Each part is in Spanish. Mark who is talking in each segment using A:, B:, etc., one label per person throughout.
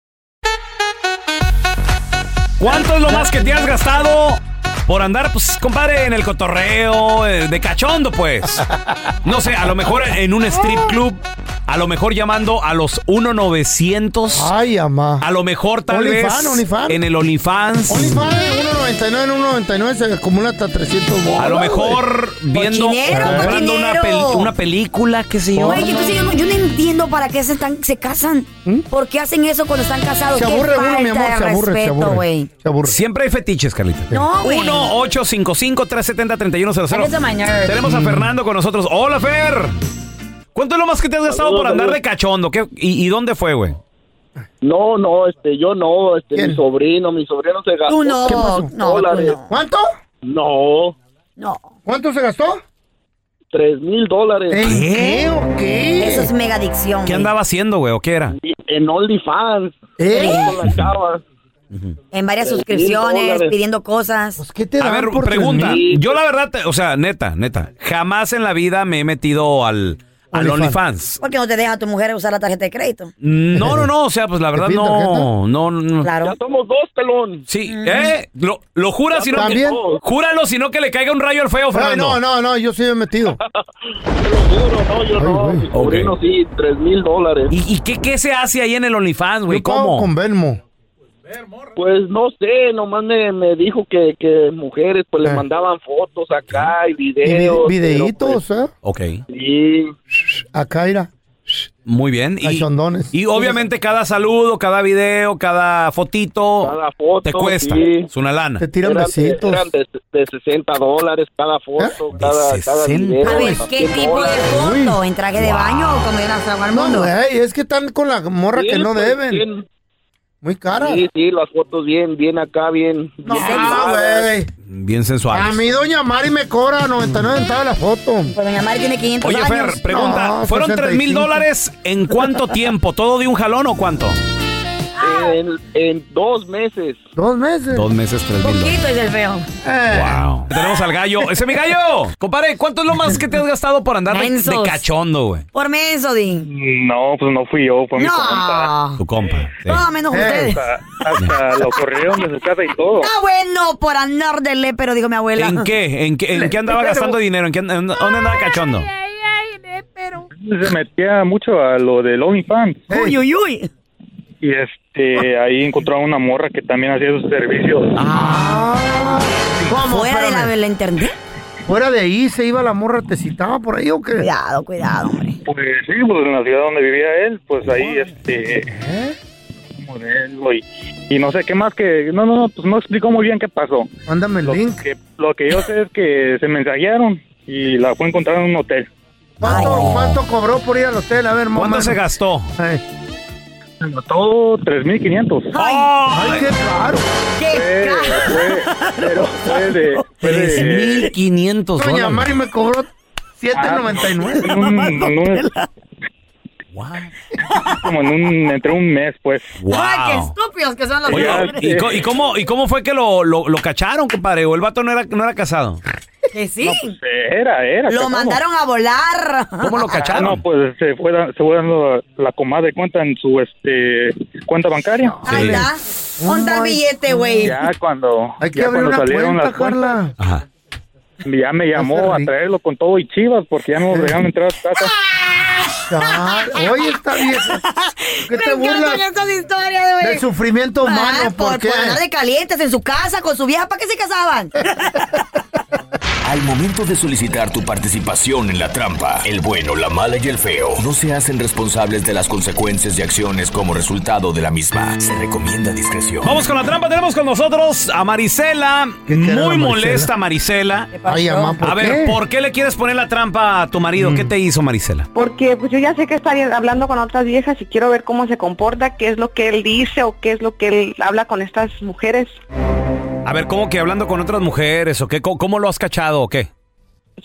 A: ¿Cuánto es lo más que te has gastado por andar, pues, compadre, en el cotorreo, eh, de cachondo, pues? No sé, a lo mejor en un strip club, a lo mejor llamando a los 1900.
B: Ay, amá.
A: A lo mejor tal
B: OnlyFans,
A: vez
B: OnlyFans.
A: en el OnlyFans.
B: OnlyFans 1.99 en 1.99 se acumula hasta 300 bolas.
A: A lo mejor viendo,
C: Cochinero,
A: comprando una,
C: cochinero.
A: pel- una película, qué sé yo.
C: Oye, entonces yo no, yo no entiendo para qué se, están, se casan. ¿Por qué hacen eso cuando están casados?
B: ¿Mm? Se
C: Qué
B: aburre uno,
C: falta
B: mi
C: de
B: amor, se aburre, se
C: respeto,
B: aburre.
C: güey.
B: Se aburre.
A: Siempre hay fetiches, Carlita.
C: No, güey.
A: 1-855-370-3100.
C: Eres a my nerd.
A: Tenemos a Fernando con nosotros. Hola, Fer. ¿Cuánto es lo más que te has gastado por andar de cachondo? ¿Qué- y, y dónde fue, güey?
D: No, no, este, yo no, este,
B: ¿Quién?
D: mi sobrino, mi sobrino se gastó.
C: Tú no.
B: ¿Qué pasó?
C: No, tú
D: Dólares.
C: no.
B: ¿Cuánto?
D: No,
C: No.
B: ¿Cuánto se gastó?
D: tres mil dólares
B: ¿En qué o qué?
C: Eso es mega adicción.
A: ¿Qué andaba haciendo, güey? ¿O qué era?
D: en OnlyFans.
B: ¿Eh?
D: Con la chava.
C: En varias
D: Tres mil
C: suscripciones,
D: dólares.
C: pidiendo cosas.
B: Pues, ¿Qué te
A: A
B: dan
A: ver,
B: por
A: pregunta.
B: 3,000?
D: mil.
A: Yo la verdad, te- o sea, neta, neta, jamás en la vida me he metido al, al
B: OnlyFans.
A: OnlyFans.
C: Porque no te deja a tu mujer usar la tarjeta de crédito.
A: No, no, no, o sea, pues la verdad
B: piden
A: no, no, no.
C: Claro.
D: Ya somos dos, pelón.
A: Sí, ¿eh? Lo, lo jura, sino que,
B: ¿También?
A: júralo, sino que le caiga un rayo al feo,
B: Ay,
A: Fernando.
B: no, no, no, yo sí me he metido.
D: Te lo juro, no, yo no.
B: Ay,
D: Mi sobrino sí, tres mil dólares.
A: ¿Y, y qué, qué se hace ahí en el OnlyFans, güey?
B: Yo pago
A: ¿Cómo?
B: con Venmo.
D: Pues no sé, nomás me, me dijo que, que mujeres pues
B: Ah.
D: le mandaban fotos acá y
B: Y vi-
D: videos.
B: videitos,
D: pero,
B: ¿eh?
A: Ok,
D: pues, sí.
B: A Kaira.
A: muy bien. Y,
B: Cachondones.
A: y obviamente cada saludo, cada video, cada fotito
D: Cada foto,
A: te cuesta.
D: sí.
A: Es una lana.
B: Te tiran
D: Eran de-
B: besitos.
D: eran de, de 60 dólares cada foto,
A: ¿Eh?
D: cada,
A: ¿De
D: cada
A: 60?
D: video.
C: A ver, ¿qué
D: 100
C: tipo de
D: dólares.
C: foto? ¿En traje de baño o comer a tragar
B: No,
C: mundo?
B: güey, es que están con la morra que
D: Sí,
B: no
D: pues,
B: deben.
D: bien-
B: Muy cara.
D: Sí, sí, las fotos bien, bien acá, bien.
B: No,
D: bien
B: ah,
D: animadas.
B: güey.
A: Bien
B: A
A: sensual.
B: mí doña Mari me cobra 99 centavos la foto.
C: Pues doña Mari tiene 500
A: Oye,
C: años.
A: Fer, pregunta,
B: No,
A: ¿fueron 3 mil
B: 65.
A: dólares en cuánto tiempo? ¿Todo de un jalón o cuánto?
C: Ah.
D: En, en dos meses.
B: Dos meses.
A: meses, 3
C: Poquito es el feo.
B: Eh,
A: Wow. Tenemos al gallo. ¡Ese es mi gallo! Compadre, ¿cuánto es lo más que te has gastado por andar de,
C: Mensos.
A: de cachondo, güey?
C: Por menso, Din.
E: No, pues no fui yo, fue mi compa.
C: No.
A: Tu compa. sí.
C: Todo menos
B: Eh.
C: ustedes.
E: Hasta, hasta lo corrieron de su casa y todo.
C: Ah, bueno, por andar del lépero, dijo mi abuela.
A: ¿En qué? ¿En qué, en qué andaba gastando dinero? ¿En qué, and- en- dónde andaba cachondo?
E: Se metía mucho a lo del OnlyFans.
C: Uy, uy, uy.
E: Y este, ahí encontró a una morra que también hacía sus servicios.
B: Ah. ¿Cómo?
C: Fuera de la,
B: Espérame.
C: de la internet.
B: Fuera de ahí se iba la morra, te citaba por ahí o qué?
C: Cuidado, cuidado, hombre.
E: Pues sí, pues en la ciudad donde vivía él, pues ahí este
B: ¿Eh?
E: modelo y, y no sé qué más que no no no pues no explicó muy bien qué pasó.
B: Mándame el
E: Lo
B: link.
E: que lo que yo sé es que se mensajearon y la fue a encontrar en un hotel.
B: ¿Cuánto,
C: Ay.
B: cuánto cobró por ir al hotel? A ver, mamá.
A: ¿Cuánto se gastó?
B: Ay, Ah,
E: Todo 3500.
B: ay,
A: ¡Ay!
B: qué caro.
C: ¿Qué?
E: Fue- fue- pero fue de- fue de-
A: 3.500
B: Doña
A: dólares.
B: Mari me cobró 7.99.
E: en un- en un-
A: Wow.
E: como en un, entre un mes, pues.
C: Ay, qué estúpidos que son los
A: Oye,
C: hombres.
E: Ya,
A: ¿y, co- y cómo, ¿y cómo fue que lo, lo, lo cacharon, compadre? ¿O el vato no pues, era, no era casado?
C: Que sí.
E: Era, era.
C: lo
E: cacamo.
C: mandaron a volar.
A: ¿Cómo lo cacharon?
E: Ah, no, pues se fue, da- se fue dando la comadre cuenta en su este cuenta bancaria.
C: Ahí está. Onda billete, güey.
E: Ya cuando,
B: Hay que
E: ya
B: abrir
E: cuando
B: una
E: salieron
B: cuenta,
E: las cuentas,
B: Carla.
A: Ajá.
E: ya me llamó
B: Va a
E: a
B: ser rico.
E: traerlo con todo y chivas porque ya no dejaron entrar a su casa.
B: Ah, Oye, está vieja. ¿Qué
C: Me
B: te burlas?
C: encantan estas historias, güey.
B: Del sufrimiento humano,
C: Ah,
B: ¿por
C: por,
B: qué?
C: por andar de calientes en su casa con su vieja. ¿Para qué se casaban?
F: Al momento de solicitar tu participación en la trampa, el bueno, la mala y el feo no se hacen responsables de las consecuencias y acciones como resultado de la misma. Se recomienda discreción.
A: Vamos con la trampa, tenemos con nosotros a Marisela.
B: ¿Qué
A: Muy
B: quiere la Marisela?
A: molesta Marisela.
B: Ay, mamá, ¿por
A: A
B: qué? Mm.
A: ver, ¿por qué le quieres poner la trampa a tu marido? ¿Qué te hizo Marisela?
G: Porque pues yo ya sé que está bien hablando con otras viejas y quiero ver cómo se comporta, qué es lo que él dice o qué es lo que él habla con estas mujeres.
A: A ver, ¿cómo que hablando con otras mujeres o qué? ¿Cómo, cómo lo has cachado o qué?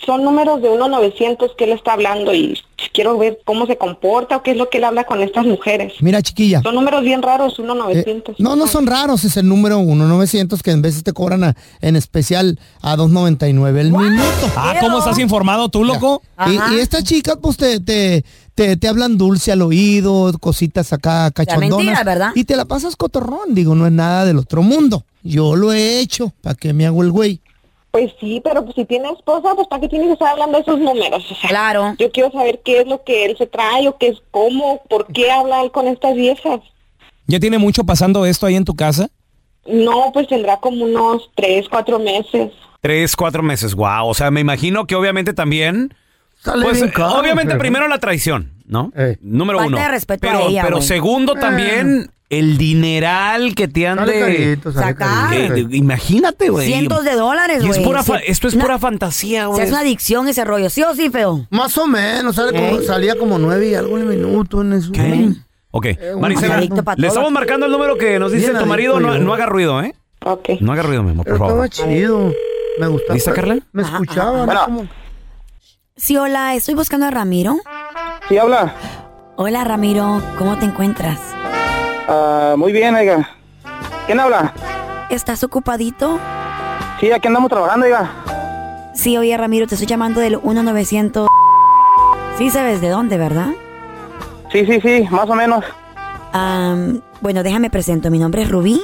G: Son números de 1-900 que él está hablando y quiero ver cómo se comporta o qué es lo que él habla con estas mujeres.
H: Mira, chiquilla.
G: Son números bien raros, 1-900.
H: eh, no, no son raros, es el número 1-900 que en veces te cobran a- en especial a 2.99 el minuto.
C: Ah, ¿cómo estás
A: informado tú, loco?
H: Y,
C: Ajá.
H: y estas chicas, pues, te, te, te, te hablan dulce al oído, cositas acá cachondonas.
C: mentira, ¿verdad?
H: Y te la pasas cotorrón, digo, no es nada del otro mundo. Yo lo he hecho, ¿para qué me hago el güey?
G: Pues sí, pero pues, si tiene esposa, pues ¿para qué tienes que estar hablando de esos números? O sea,
C: Claro.
G: Yo quiero saber qué es lo que él se trae o qué es cómo, por qué habla él con estas viejas.
A: ¿Ya tiene mucho pasando esto ahí en tu casa?
G: No, pues tendrá como unos tres, cuatro meses.
A: Tres, cuatro meses, wow. O sea, me imagino que obviamente también.
B: Sale
A: pues,
B: bien caro,
A: obviamente
B: pero-
A: primero la traición, ¿no?
B: Eh.
A: Número
C: Falta
A: uno.
C: de respeto a
A: pero
C: ella,
A: pero
C: güey.
A: segundo también, el dineral que te han
B: Sale
A: de.
B: carito, sale
C: sacar.
B: carito.
A: Eh, imagínate, güey.
C: Cientos de dólares,
A: Y
C: güey.
A: es pura fa-
C: Sí.
A: Esto es
C: No,
A: pura fantasía,
C: o sea,
A: güey.
C: es una adicción ese rollo. ¿Sí o sí, feo?
B: Más o menos, sale como- salía como nueve y algo en el minuto en eso.
A: ¿Qué? Ok,
B: Eh, un
A: Marisela,
C: adicto pa'
A: le
C: todo.
A: estamos marcando el número que nos dice
B: Bien
A: tu marido.
B: adicto
A: No,
B: yo.
A: no haga ruido, ¿eh?
G: Ok.
A: No haga ruido, Memo,
B: Pero
A: por
B: estaba
A: favor.
B: chido. Me gustaba.
A: ¿Lista, Carla?
B: Me escuchaba. ¿no? Como-
C: Sí, hola, estoy buscando a Ramiro.
E: Sí, habla.
C: Hola, Ramiro, ¿cómo te encuentras?
E: Ah, muy bien, oiga. ¿Quién habla?
C: ¿Estás ocupadito?
E: Sí, aquí andamos trabajando, oiga.
C: Sí, oye, Ramiro, te estoy llamando del 1900. Sí sabes de dónde, ¿verdad?
E: Sí, sí, sí, más o menos.
C: Am, bueno, déjame presento. Mi nombre es Rubí.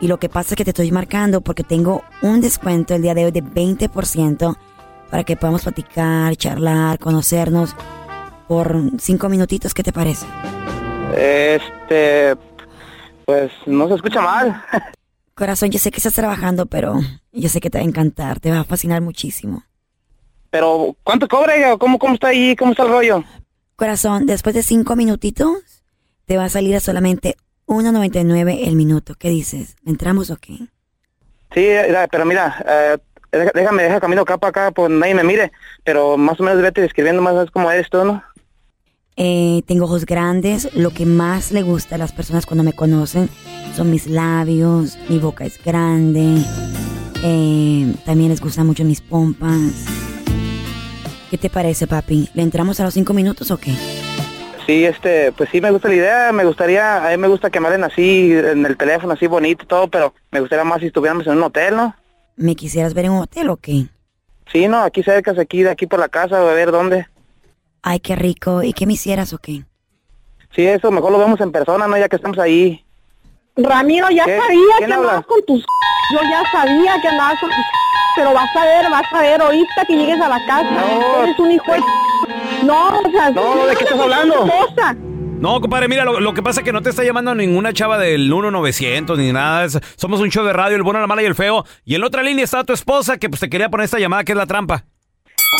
C: Y lo que pasa es que te estoy marcando porque tengo un descuento el día de hoy de 20% para que podamos platicar, charlar, conocernos por cinco minutitos. ¿Qué te parece?
E: Este, pues no se escucha mal.
C: Corazón, yo sé que estás trabajando, pero yo sé que te va a encantar, te va a fascinar muchísimo.
E: Pero, ¿cuánto cobra, oiga? ¿Cómo, cómo está ahí? ¿Cómo está el rollo?
C: Corazón, después de cinco minutitos, te va a salir a solamente 1.99 el minuto. ¿Qué dices? ¿Entramos o qué?
E: Sí, mira, pero mira, eh, deja- déjame, deja camino acá para acá, pues nadie me mire, pero más o menos vete describiendo más o menos cómo eres tú, ¿no?
C: Eh, tengo ojos grandes. Lo que más le gusta a las personas cuando me conocen son mis labios, mi boca es grande. eh, también les gustan mucho mis pompas. ¿Qué te parece, papi? ¿Le entramos a los cinco minutos o qué?
E: Sí, este, pues sí, me gusta la idea, me gustaría, a mí me gusta que me hablen así, en el teléfono, así bonito y todo, pero me gustaría más si estuviéramos en un hotel, ¿no?
C: ¿Me quisieras ver en un hotel o qué?
E: Sí, no, aquí cerca, aquí, de aquí por la casa, a ver dónde.
C: Ay, qué rico. ¿Y qué me hicieras o qué?
E: Sí, eso, mejor lo vemos en persona, ¿no? Ya que estamos ahí.
G: Ramiro, ya
E: ¿Qué?
G: sabía que
E: ¿Quién habla?
G: andabas con tus... Yo ya sabía que andabas con tus... Pero vas a ver, vas a ver, ahorita que llegues a la casa,
E: No.
G: eres un hijo de... No, o sea...
E: No, ¿de qué estás
G: no,
E: hablando?
G: cosa.
A: No, compadre, mira, lo, lo que pasa es que no te está llamando ninguna chava del 1900 ni nada. Es- somos un show de radio, el bueno, la mala y el feo. Y en la otra línea está tu esposa que pues, te quería poner esta llamada que es la trampa.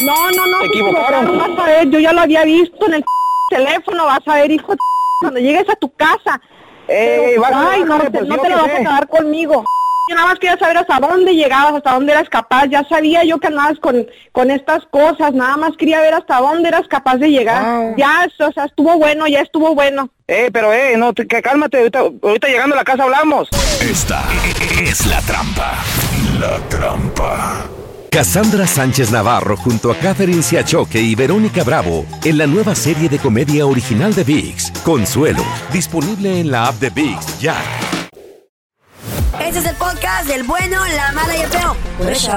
G: No, no, no,
E: Se
G: se
E: equivocaron.
G: equivocaron, Vas a ver, yo ya lo había visto en el teléfono, vas a ver, hijo de... Cuando llegues a tu casa.
E: Ey,
G: Pero,
E: bájale,
G: ay, no,
E: bájale,
G: te-
E: pues,
G: no
E: yo
G: te lo
E: qué
G: vas a
E: sé.
G: acabar conmigo. Yo nada más quería saber hasta dónde llegabas, hasta dónde eras capaz. Ya sabía yo que andabas con, con estas cosas. Nada más quería ver hasta dónde eras capaz de llegar.
E: Ah.
B: Wow.
G: Ya, o sea, estuvo bueno, ya estuvo bueno.
E: Eh, pero, eh, no, te- que cálmate, ahorita, ahorita llegando a la casa hablamos.
F: Esta es la trampa. La trampa.
I: Cassandra Sánchez Navarro junto a Catherine Siachoque y Verónica Bravo en la nueva serie de comedia original de VIX, Consuelo, disponible en la app de VIX ya.
C: Este es el podcast del bueno, la mala y el feo. Por eso.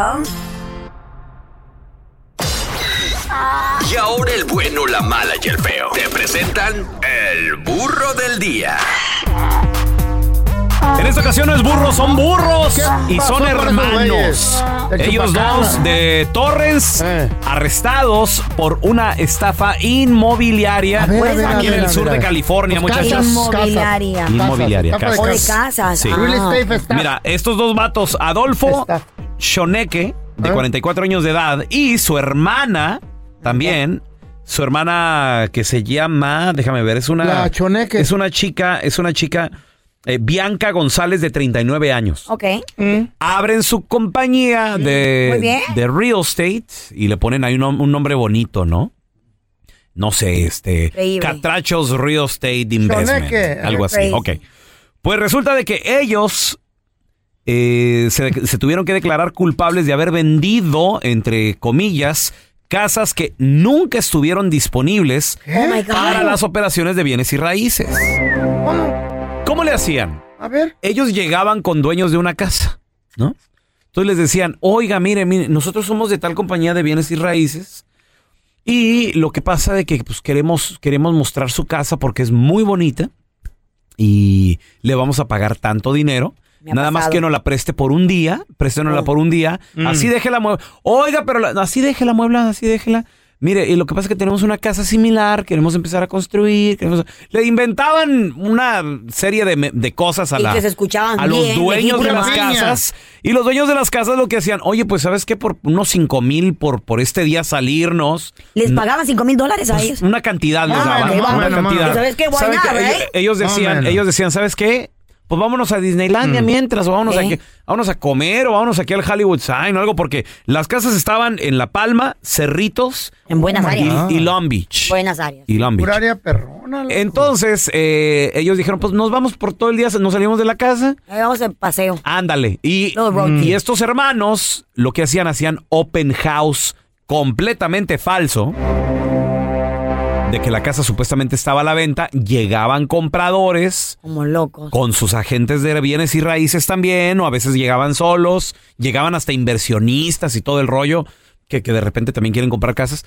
F: Y ahora el bueno, la mala y el feo. Te presentan el burro del día.
A: En esta ocasión no es burro, son burros
F: ¿Qué
A: y
F: pasó
A: son
F: con
A: hermanos.
F: esos güeyes? Ah, El
A: Ellos
F: chupacabra. Eh.
A: dos de Torrens arrestados por una estafa inmobiliaria
C: a ver,
A: Pues aquí
C: a
A: en
C: ver,
A: el
C: a
A: sur
C: ver, a
A: de
C: ver.
A: California,
C: Pues
A: muchachos.
C: casas, Inmobiliaria. casas,
A: Inmobiliaria.
C: casas, casas. O de casas,
A: Sí.
C: ah. Real estate está.
A: Mira, estos dos vatos, Adolfo Shoneke,
C: Ah.
A: de 44 años de edad, y su hermana también. Su hermana que se llama, déjame ver, es una
H: La Choneque.
A: es una chica, es una chica eh, Bianca González de 39 años.
C: Ok.
A: Mm. Abren su compañía
C: Muy bien.
A: de, de real estate y le ponen ahí un, nom- un nombre bonito, ¿no? No sé, este.
C: Increíble.
A: Catrachos Real Estate Investment.
C: Choneque.
A: Algo así.
C: Crazy.
A: Ok. Pues resulta de que ellos eh, se, se tuvieron que declarar culpables de haber vendido, entre comillas, casas que nunca estuvieron disponibles
C: Oh my God.
A: para las operaciones de bienes y raíces. ¿Cómo le hacían?
H: A ver.
A: Ellos llegaban con dueños de una casa, ¿no? Entonces les decían, oiga, mire, mire, nosotros somos de tal compañía de bienes y raíces y lo que pasa de que pues, queremos, queremos mostrar su casa porque es muy bonita y le vamos a pagar tanto dinero.
J: ha
A: Nada más
J: pasado.
A: que no la preste por un día, préstenosla por un día,
J: Mm.
A: así deje la muebla. Oiga, pero la- así deje la muebla, así déjela. Mire, y lo que pasa es que tenemos una casa similar, queremos empezar a construir, queremos- le inventaban una serie de, me- de cosas a
C: Y
A: la-
C: que se escuchaban
A: a los
C: bien,
A: dueños de
C: legítimas.
A: las casas y los dueños de las casas lo que hacían, oye, pues sabes qué, por unos cinco mil por por este día salirnos, pues,
C: Les pagaban 5 mil dólares a ellos.
A: una cantidad les
C: Ah,
A: daban,
C: qué
A: una
C: bárbaro.
A: cantidad.
C: ¿Sabes qué? Why
A: ¿Saben
C: not,
A: qué? Ellos-
C: right?
A: Ellos
C: Más o
A: decían,
C: menos.
A: ellos decían, ¿sabes qué? Pues vámonos a Disneylandia mientras, o vámonos,
C: ¿Eh?
A: aquí, vámonos a comer, o vámonos aquí al Hollywood Sign o algo, porque las casas estaban en La Palma, Cerritos
C: En buenas
A: y-
C: áreas.
A: y, Long Beach.
C: Buenas áreas.
A: Y Long Beach.
H: perrona.
A: Entonces, eh, ellos dijeron, pues nos vamos por todo el día, nos salimos de la casa.
C: vamos en paseo.
A: Ándale. Y, mm,
C: Todo road
A: y
C: trip.
A: estos hermanos lo que hacían, hacían open house completamente falso. De que la casa supuestamente estaba a la venta, llegaban compradores.
C: Como locos.
A: Con sus agentes de bienes y raíces también, o a veces llegaban solos, llegaban hasta inversionistas y todo el rollo, que, que de repente también quieren comprar casas.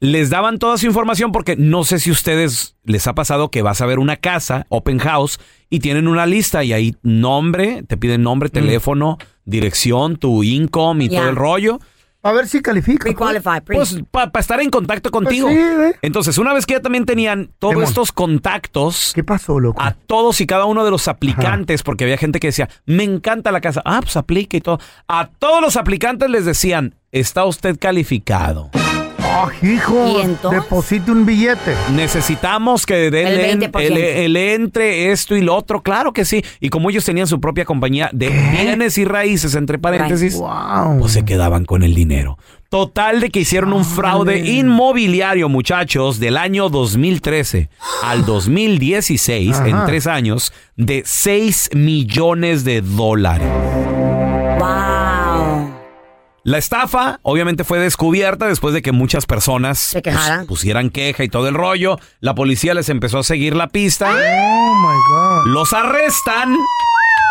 A: Les daban toda su información porque no sé si ustedes les ha pasado que vas a ver una casa, open house, y tienen una lista y ahí nombre, te piden nombre, teléfono, dirección, tu income y
C: Mm. Ya.
A: todo el rollo.
H: A ver si califica.
C: Pre-qualify. pre-
A: Pues para estar en contacto
H: Pues
A: contigo.
C: sí, güey.
A: Entonces, una vez que ya también tenían todos
H: Demon.
A: estos contactos.
H: ¿Qué pasó, loco?
A: A todos y cada uno de los aplicantes, porque había gente que decía, me encanta la casa. Ah, pues aplique y todo. A todos los aplicantes les decían, está usted calificado.
H: Ah, hijo, deposite un billete.
A: Necesitamos que den-
H: El
A: él,
H: 20%.
A: él entre esto y lo otro. Claro que sí. Y como ellos tenían su propia compañía de bienes y raíces, entre paréntesis, pues se quedaban con el dinero. Total de que hicieron un fraude inmobiliario, muchachos, del año 2013 al 2016, en
C: Ajá.
A: tres años, de 6 millones de dólares.
C: ¡Wow!
A: La estafa obviamente fue descubierta después de que muchas personas pues,
C: quejaran.
A: pusieran queja y todo el rollo. La policía les empezó a seguir la pista.
B: ¡Ah!
H: Oh my God.
A: Los arrestan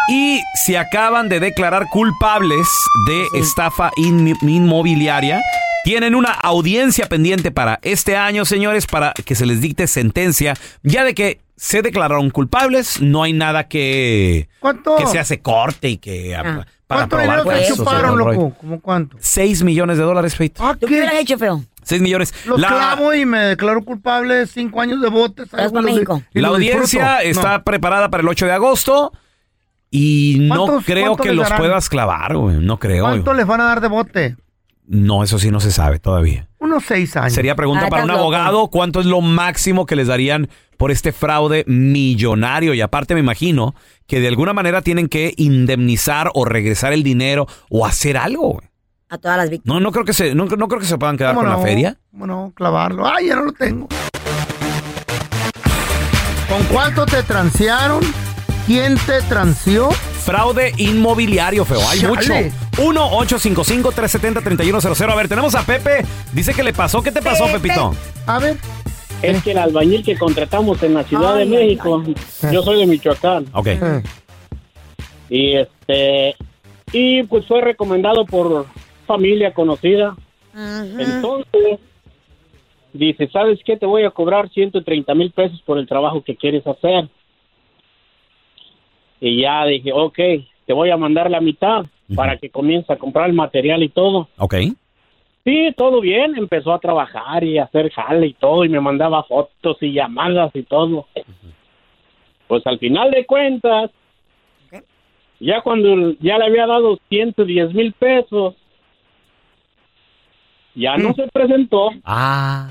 A: y se acaban de declarar culpables de estafa in- inmobiliaria. Tienen una audiencia pendiente para este año, señores, para que se les dicte sentencia. Ya de que se declararon culpables, no hay nada que,
H: ¿Cuánto?
A: que se hace corte y que... a-
H: Ah.
A: para
H: ¿Cuánto dinero
A: probar
H: te
A: casos,
H: chuparon,
A: todo el rollo.
H: loco? ¿Cómo cuánto?
A: 6 millones de dólares, Feito.
H: ¿Tú qué hubieras
C: hecho, feo?
A: 6 millones.
H: Los
A: La-
H: clavo y me declaro culpable de cinco años de botes. Salgo y los- y
A: La
H: los
A: audiencia
H: disfruto.
A: está preparada para el 8 de agosto y no
H: ¿Cuántos-
A: creo
H: cuánto
A: que
H: les
A: los
H: darán?
A: puedas clavar, güey. No
H: No.
A: creo.
H: ¿Cuánto les van a dar de bote?
A: No, eso sí no se sabe todavía.
H: Unos seis años.
A: Sería pregunta
B: Ah,
C: Ah,
A: para un abogado, ¿cuánto es lo máximo que les darían por este fraude millonario? Y aparte me imagino que de alguna manera tienen que indemnizar o regresar el dinero o hacer algo. güey.
C: A todas las víctimas.
A: No, no creo que se, no, no creo que se puedan quedar
H: ¿Cómo
A: con
H: no?
A: la feria.
H: ¿Cómo no? Clavarlo. ¡Ay, ya no lo tengo! ¿Con cuánto te transearon? ¿Quién te transeó?
A: Fraude inmobiliario, feo. Hay
H: Chale.
A: mucho. 1-855-370-3100. A ver, tenemos a Pepe. Dice que le pasó. ¿Qué te pasó, Pepito?
H: A ver.
K: Es que el albañil que contratamos en la Ciudad
A: Ay,
K: de
A: ay,
K: México, yo soy de Michoacán.
A: Ok.
H: Eh.
K: Y este y pues fue recomendado por familia conocida. Entonces, dice, ¿sabes qué? Te voy a cobrar 130 mil pesos por el trabajo que quieres hacer. Y
D: Ah,
K: ya dije, ok, te voy a mandar la mitad para que comience a comprar el material y todo.
A: Ok.
K: Sí, todo bien, empezó a trabajar y a hacer jale y todo, y me mandaba fotos y llamadas y todo. Pues al final de cuentas, ya cuando ya le había dado 110 mil pesos, ya
C: Mm.
K: no se presentó.
A: Ah.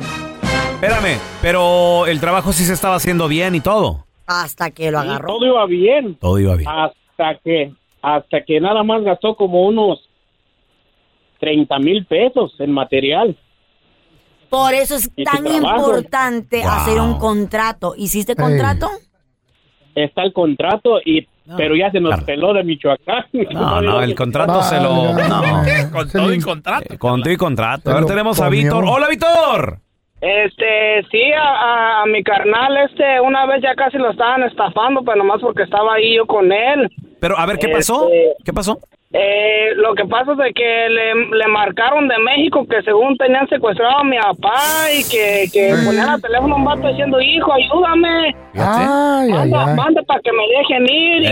A: Espérame, pero el trabajo sí se estaba haciendo bien y todo.
C: Hasta que lo
K: Y
C: agarró.
K: todo iba bien.
A: Todo iba bien.
K: Hasta que, hasta que nada más gastó como unos 30 mil pesos en material.
C: Por eso es
K: Y tu
C: tan
K: trabajo.
C: importante
K: Wow.
C: hacer un contrato. ¿Hiciste contrato?
K: Está el contrato y pero ya se nos peló de Michoacán.
A: No, no, Ah, eh. el contrato se lo. No. Con todo y contrato. con todo y contrato. Ahora
K: lo
A: tenemos a
K: comió.
A: Víctor. ¡Hola, Víctor!
J: Este, sí, a, a- a mi carnal, este, una vez ya casi lo estaban estafando, pero nomás porque estaba ahí yo con él.
A: Pero, a ver, ¿qué pasó?
J: Este,
A: ¿Qué pasó?
J: eh, lo que pasa es de que le, le marcaron de México que según tenían secuestrado a mi papá y que, que ponían al teléfono un vato diciendo, hijo, ayúdame,
H: Ay, ay,
J: manda,
H: ay.
J: manda para que me dejen ir y
H: Eh.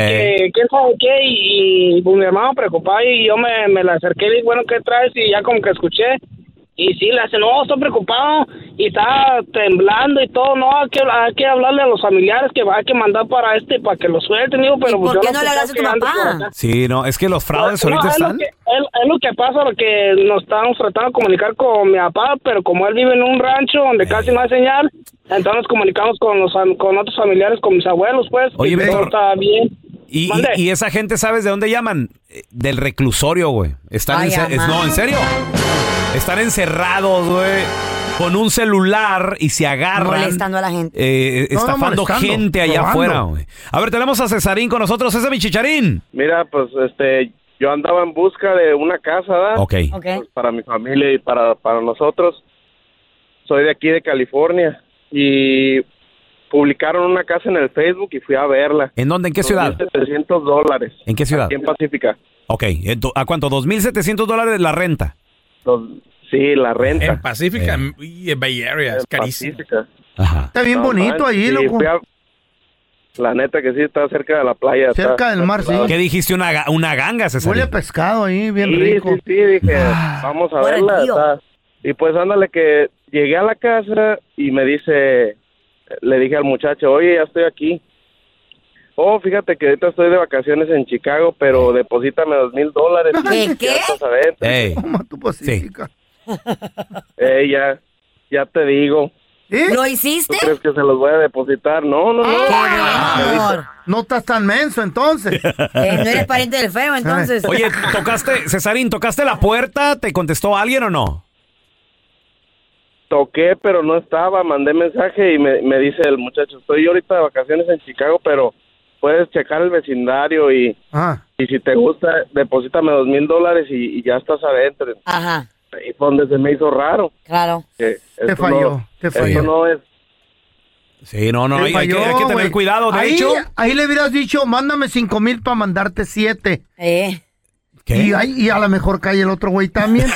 J: que quién sabe qué. Y, y, pues, mi hermano preocupado y yo me, me le acerqué y le dije, bueno, ¿qué traes? Y ya como que escuché. Y sí, le hace, no, estoy preocupado y está temblando y todo. No, hay que, hay que hablarle a los familiares que hay que mandar para este para que lo suelten. Digo, pero
C: por
J: pues, yo
C: qué no le
J: sé
C: hablaste a tu
J: qué ande
C: papá?
J: por acá.
A: Sí, no, es que los fraudes
J: No,
A: ahorita
J: es lo
A: están.
J: que- es, es lo que pasa, lo que nos estábamos tratando de comunicar con mi papá, pero como él vive en un rancho donde
A: Eh.
J: casi no hay señal, entonces nos comunicamos con los fam- con otros familiares, con mis abuelos, pues.
A: Oye,
J: y todo
A: Víctor,
J: está bien.
A: Y, y-
J: Mande.
A: y esa gente, ¿sabes de dónde llaman? Eh, Del reclusorio, güey. Están
J: Ay,
A: ence- es-
J: amá.
A: No, en serio. Están encerrados, güey. Con un celular y se agarran.
C: Molestando a la gente.
A: eh,
C: No, no
A: estafando
C: molestando,
A: gente allá
C: robando.
A: afuera, güey. A ver, tenemos a Cesarín con nosotros. Ese es mi chicharín.
L: Mira, pues este, yo andaba en busca de una casa, ¿verdad?
A: Ok.
L: Pues, para mi familia y para, para nosotros. Soy de aquí de California y publicaron una casa en el Facebook y fui a verla.
A: ¿En dónde? ¿En qué ciudad?
L: 700 dólares.
A: ¿En qué ciudad?
L: Aquí en Pacífica.
A: Ok. ento- ¿A cuánto? ¿2.700 dólares la renta? Eh.
L: Los- sí, la renta.
M: En Pacífica y en Bay Area, es carísimo.
L: Está
M: bien bonito ahí, loco.
L: La neta que sí, está cerca de la playa. está- está chulada.
A: ¿Qué dijiste? Una, ga- una ganga,
L: Huele
A: Cesarín.
L: a
B: Pescado ahí, bien
L: sí,
B: rico. Ah.
L: Sí, sí, dije, vamos a
B: por el
L: verla.
B: tío.
L: está. Y pues ándale que llegué a la casa y me dice, le dije al muchacho, oye, ya estoy aquí. Oh, fíjate que ahorita estoy de vacaciones en Chicago, pero deposítame dos mil dólares.
C: ¿Qué, qué?
A: Ey.
L: Ey, ya, ya te digo.
C: ¿Lo hiciste?
L: ¿Tú crees que se los voy a depositar? No, no, no.
B: No estás tan menso entonces.
C: Eh, no eres pariente del feo, entonces.
A: Oye, tocaste, Cesarín, ¿tocaste la puerta? ¿Te contestó alguien o no?
L: Toqué, pero no estaba. Mandé mensaje y me, me dice el muchacho, estoy ahorita de vacaciones en Chicago, pero puedes checar el vecindario y,
B: Ah.
L: y si te gusta, deposítame dos mil dólares y y ya estás adentro.
C: Ajá.
L: Ahí fue donde se me hizo raro.
C: Claro.
L: que esto
B: falló,
L: no-
B: te
L: esto
B: falló.
L: no es...
A: Sí, no, no,
B: Te
A: hay, hay que,
B: falló,
A: hay que tener
B: güey.
A: cuidado. De
B: ahí,
A: hecho,
B: ahí le hubieras dicho, mándame cinco mil para mandarte siete. Y, ahí- y a lo mejor cae el otro güey también.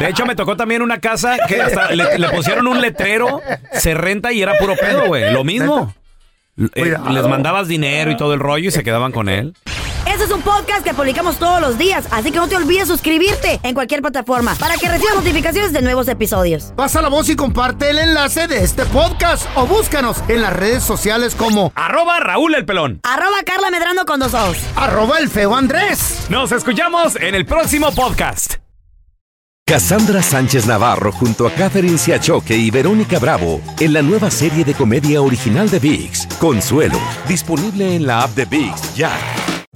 A: de hecho me tocó también una casa que hasta le, le pusieron un letrero, se renta y era puro pedo, güey. Lo mismo. Eh, les mandabas dinero y todo el rollo y se quedaban con él.
C: Este es un podcast que publicamos todos los días, así que no te olvides suscribirte en cualquier plataforma para que recibas notificaciones de nuevos episodios.
B: Pasa la voz y comparte el enlace de este podcast o búscanos en las redes sociales como
A: Arroba Raúl el pelón.
C: Arroba Carla Medrano con dos ojos.
B: arroba el feo Andrés.
A: Nos escuchamos en el próximo podcast.
I: Cassandra Sánchez Navarro junto a Catherine Siachoque y Verónica Bravo en la nueva serie de comedia original de VIX, Consuelo, disponible en la app de VIX ya.